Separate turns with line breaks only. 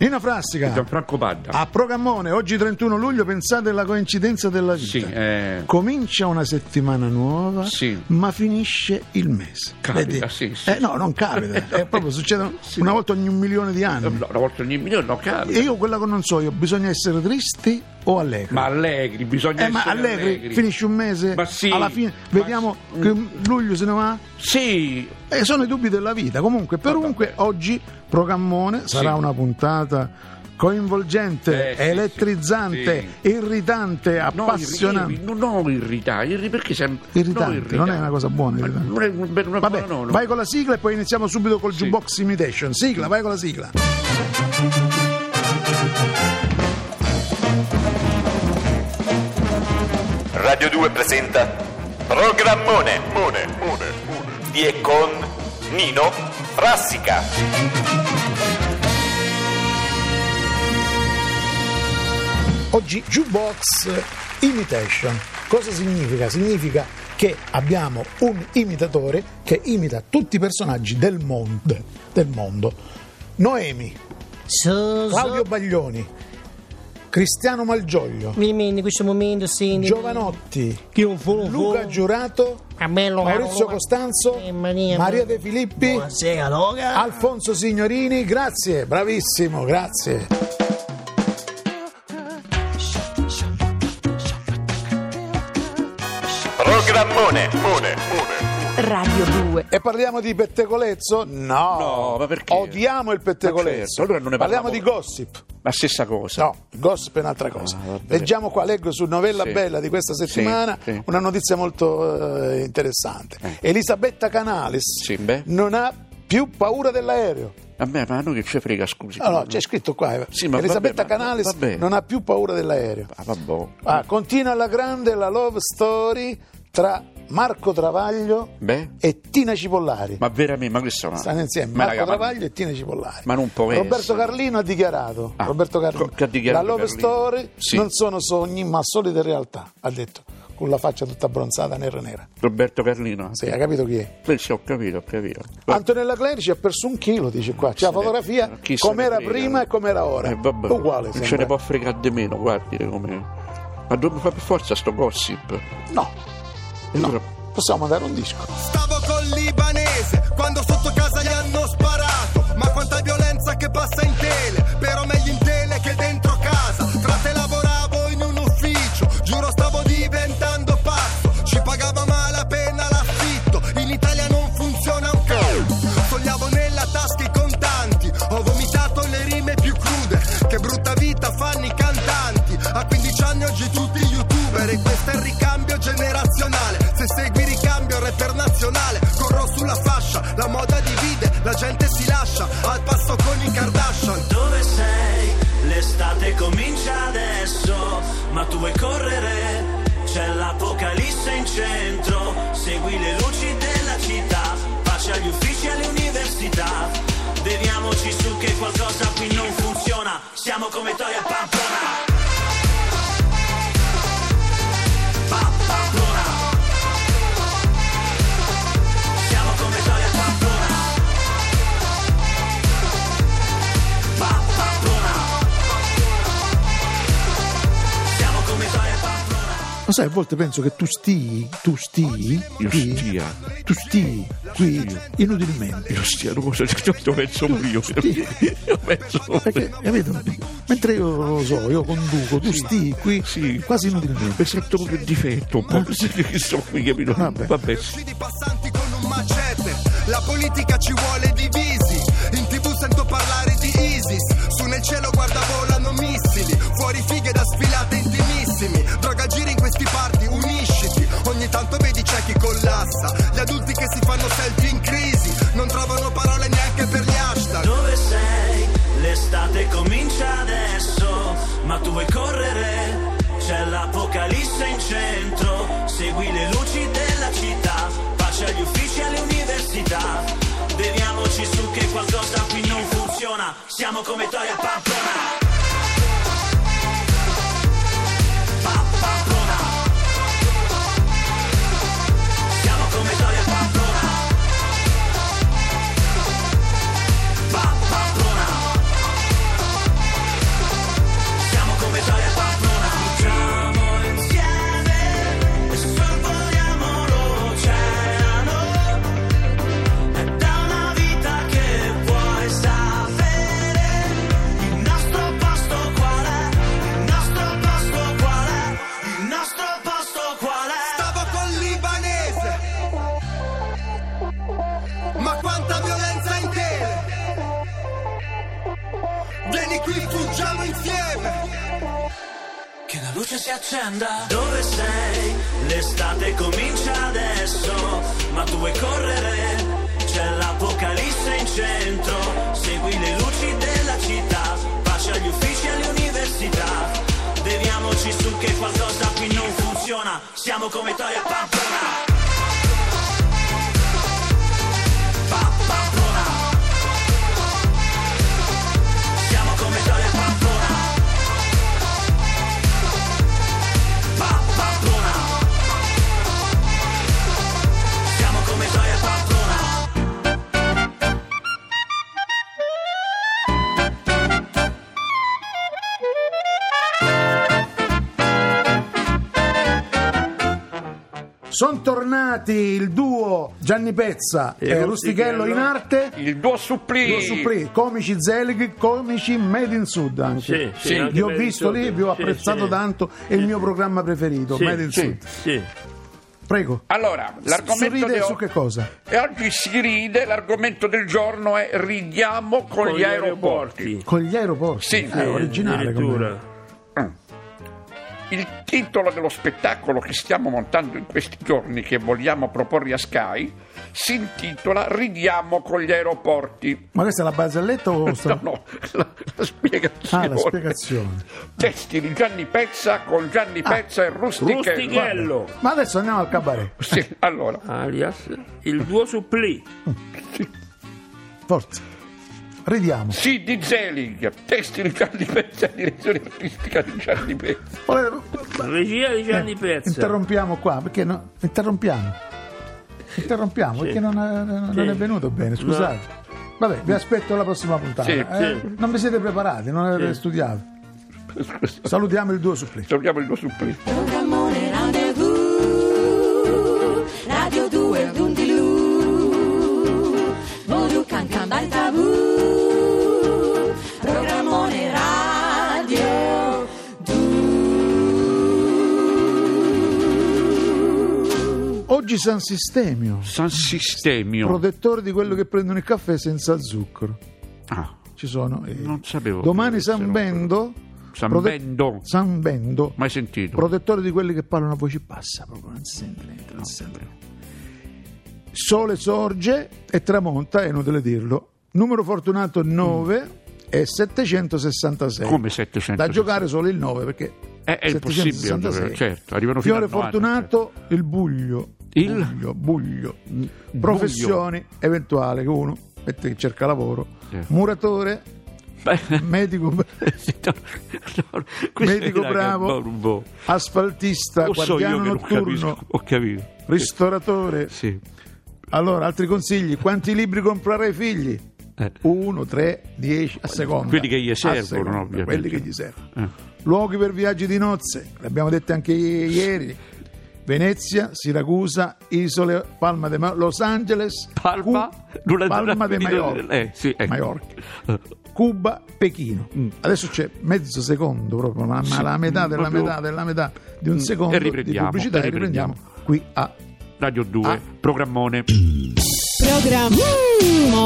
Nino Frassica,
Gianfranco Padda.
a Procammone, oggi 31 luglio, pensate alla coincidenza della vita.
Sì, eh.
Comincia una settimana nuova,
Sì.
ma finisce il mese.
Capita,
Vedi?
sì, sì.
Eh, no, non capita, è proprio succede
Sì.
una volta ogni un milione di
No,
anni.
Una volta ogni milione, no,
E
capita.
io quella che non so io, bisogna essere tristi o allegri?
Ma allegri, bisogna
Eh, ma
essere
allegri,
allegri.
finisce un mese,
Ma sì,
alla fine
ma
vediamo
sì.
che luglio se ne va.
Sì,
Eh, sono i dubbi della vita. Comunque, perunque, oggi Procammone sarà una puntata coinvolgente,
Eh, sì,
elettrizzante, irritante,
no,
appassionante.
irri- irri- no, irrità, irri- perché sempre...
Irritante,
no,
non è una cosa buona,
Ma
irritante.
Non è un- per una
Vabbè,
cosa, no, no.
vai con la sigla e poi iniziamo subito col
Sì.
jukebox imitation. Sigla, vai con la sigla.
Radio 2 presenta Programmone Mone, mone, mone. di e con Nino Frassica.
Oggi jukebox imitation. Cosa significa? Significa che abbiamo un imitatore che imita tutti i personaggi del mondo. Del mondo. Noemi,
So,
Claudio
so,
Baglioni, Cristiano Malgioglio,
mi rimane in questo momento, sì. ne-
Giovanotti,
Che un Ah, volo,
Luca Giurato,
A me lo-
Maurizio
lo-
Costanzo,
Eh, Maria-
Maria De Filippi,
Buonasera, Loga.
Alfonso Signorini, grazie, bravissimo, grazie.
Programmone Mone, mone.
Radio 2.
E parliamo di pettegolezzo? No,
No, ma perché?
Odiamo il
Ma
pettegolezzo.
certo, allora non ne
parliamo
parliamo.
di gossip.
La stessa cosa.
No, gossip è un'altra cosa.
Ah, va bene.
Leggiamo qua, leggo su Novella
Sì.
Bella di questa
Sì,
settimana
sì.
una notizia molto eh, interessante. Elisabetta Canales
Sì, beh.
non ha più paura dell'aereo.
A me, ma a noi che ci frega, scusi.
No, no, c'è scritto qua. eh.
Sì, ma
Elisabetta
vabbè, ma-
Canales
vabbè.
non ha più paura dell'aereo.
Ah, vabbò.
Ah, continua alla grande la love story tra Marco Travaglio
Beh.
e Tina Cipollari.
Ma veramente, ma questo... Ma...
Stanno insieme
Ah. Ma,
Marco
raga, ma-
Travaglio e Tina Cipollari.
ma non può
Roberto
essere.
Carlino ha dichiarato:
Ah,
Roberto Carlino,
co- che ha dichiarato
la love
Carlino?
story
Sì.
non sono sogni, ma solide realtà. Ha detto con la faccia tutta abbronzata, nera nera.
Roberto Carlino.
Sì, hai capito chi è?
Eh, sì, ho capito, ho capito.
Antonella Clerici ha perso un chilo, dice qua. C'è la fotografia
eh, Chi se ne
com'era
frega?
prima e com'era ora.
Eh, vabbè.
Uguale.
Non
sembra.
ce ne può fregare di meno, guardi come... Ma dove fa per forza sto gossip? E
No,
allora-
possiamo mandare un disco.
Stavo col libanese quando sotto casa gli hanno sparato. Ma quanta violenza che passa in tele, però meglio in tele che dentro casa. Frate lavoravo in un ufficio, giuro stavo diventando pazzo. Ci pagava malapena l'affitto, in Italia non funziona un cazzo. Togliavo nella tasca i contanti, ho vomitato le rime più crude. Che brutta vita fanno i cantanti. A 15 anni oggi tutti youtuber e questo è il ricambio generazionale. Se segui ricambio rapper nazionale, corro sulla fascia, la moda divide, la gente si lascia al passo con i Kardashian.
Dove sei? L'estate comincia adesso, ma tu vuoi correre? C'è l'apocalisse in centro, segui le luci della città, pace agli uffici e alle università. Beviamoci su che qualcosa qui non funziona, siamo come Toia Pampona. Pa- Pamplona. Siamo come Toia Pamplona. Pa- Pamplona. Siamo come Toia Pamplona.
Ma sai, a volte penso che tu stii, tu stii,
Io
qui,
stia.
tu stii qui inutilmente.
Io stia, non so, io penso io. Io penso
Perché, capito? Mentre io lo so, io conduco, tu stii qui
Sì.
quasi inutilmente.
Mi sento pure il difetto, un po' che sto qui, capito?
Vabbè.
Vabbè.
Uccidi i passanti con un macete. La politica ci vuole divisi. In tv sento parlare di ISIS. Su nel cielo guarda volano missili. Fuori fighe da sfilate intimissimi. Droga giri in questi parti, unisciti. Ogni tanto vedi c'è chi collassa. Gli adulti che si fanno selfie in crisi. Non trovano parole neanche per gli hashtag.
Dove sei? L'estate comincia adesso, ma tu vuoi correre? C'è l'apocalisse in centro, segui le luci della città, pace agli uffici e alle università. Beviamoci su che qualcosa qui non funziona, siamo come Toia Pamplona. Pa- Pamplona. Siamo come Toia Pamplona. Pa- Pamplona.
Vieni qui, fuggiamo insieme.
Che la luce si accenda. Dove sei? L'estate comincia adesso, ma tu vuoi correre? C'è l'apocalisse in centro. Segui le luci della città, pace agli uffici e alle università. Beviamoci su che qualcosa qui non funziona. Siamo come Toia Pampona. Pa- Pamplona. Siamo come Toia Pamplona. Pa- Pamplona. Siamo come Toia Pamplona.
Sono tornati il duo Gianni Pezza e, Rustichello in arte.
Il duo supplì.
Duo supplì, comici Zelig, comici Made in Sud anche.
Sì, sì, Sì. anche
Vi ho
Made in
visto
Sud.
lì e vi ho
Sì,
apprezzato
sì.
tanto. È il mio programma preferito,
Sì,
Made in
sì,
Sud.
sì.
Prego.
Allora, l'argomento
Sorride
di
su che cosa?
E oggi si ride, l'argomento del giorno è ridiamo con, gli aeroporti.
Con gli aeroporti.
Sì,
Eh, originale come.
addirittura.
Mm. Il titolo dello spettacolo che stiamo montando in questi giorni, che vogliamo proporre a Sky, si intitola Ridiamo con gli aeroporti.
Ma questa è la barzelletta o sta-
No, no, la, la spiegazione.
Ah, la spiegazione. Ah,
Testi di Gianni Pezza con Gianni Pezza e Rustichello.
Rustichello,
Ma adesso andiamo al cabaret.
Sì, allora,
alias il duo supplì.
Forza. Ridiamo.
sì di Zelig, testi di Gianni Pezza, direzione artistica di Gianni Pezza.
Volete-
Regia di Gianni
Certo.
Pezza.
Interrompiamo qua perché no- interrompiamo. Interrompiamo perché non, non
Sì.
è venuto bene, scusate. Vabbè, vi aspetto alla prossima puntata.
Sì,
Eh,
sì.
Non vi siete preparati, non avete studiato.
Scusa,
Salutiamo il duo supplì.
torniamo il tuo supplì.
Programmone Rendezvous Radio 2 Dundilu Voodoo Can Can Bal Tabù Programmone Radio
Oggi San Sistemio,
San Sistemio.
protettore di quello che prendono il caffè senza zucchero.
Ah,
Ci sono. eh,
Non sapevo
Domani
che
San
fossero-
Bendo.
San
prote-
Bendo.
San Bendo.
mai sentito.
protettore di quelli che parlano a voce bassa proprio non sente, non sente. sole sorge e tramonta è inutile dirlo numero fortunato 9 e 766
Mm. Come 766?
da giocare solo il 9 perché
Eh, è impossibile
766.
giocare, certo, arrivano fino
fiore
al 90,
fortunato il buglio
Il? Mm,
buglio, buglio. professioni eventuale che uno mette che cerca lavoro
Sì.
muratore
Beh,
medico
no, questo
medico
era che
bravo
borbo.
asfaltista
boh, Lo so io
guardiano
che non
notturno
capisco, ho capito.
Ristoratore.
Sì.
Allora, altri consigli. Quanti libri comprare ai figli?
Eh.
Uno, tre, dieci, a seconda.
Quelli che gli
A
servono,
seconda,
ovviamente.
Quelli che gli servono.
Eh.
Luoghi per viaggi di nozze, l'abbiamo detto anche i- ieri. Venezia, Siracusa, Isole, Palma de Mallorca, Los Angeles,
Palma,
Cu-
durante
Palma
la-
de Mallorca,
eh, sì, ecco. Mm.
Maiorca, Cuba, Pechino. Adesso c'è mezzo secondo, proprio la, ma la metà della
proprio- Mm.
metà della metà di un secondo di
riprendiamo,
pubblicità
e
e riprendiamo qui a
Radio 2,
Ah.
programmone.
Programmone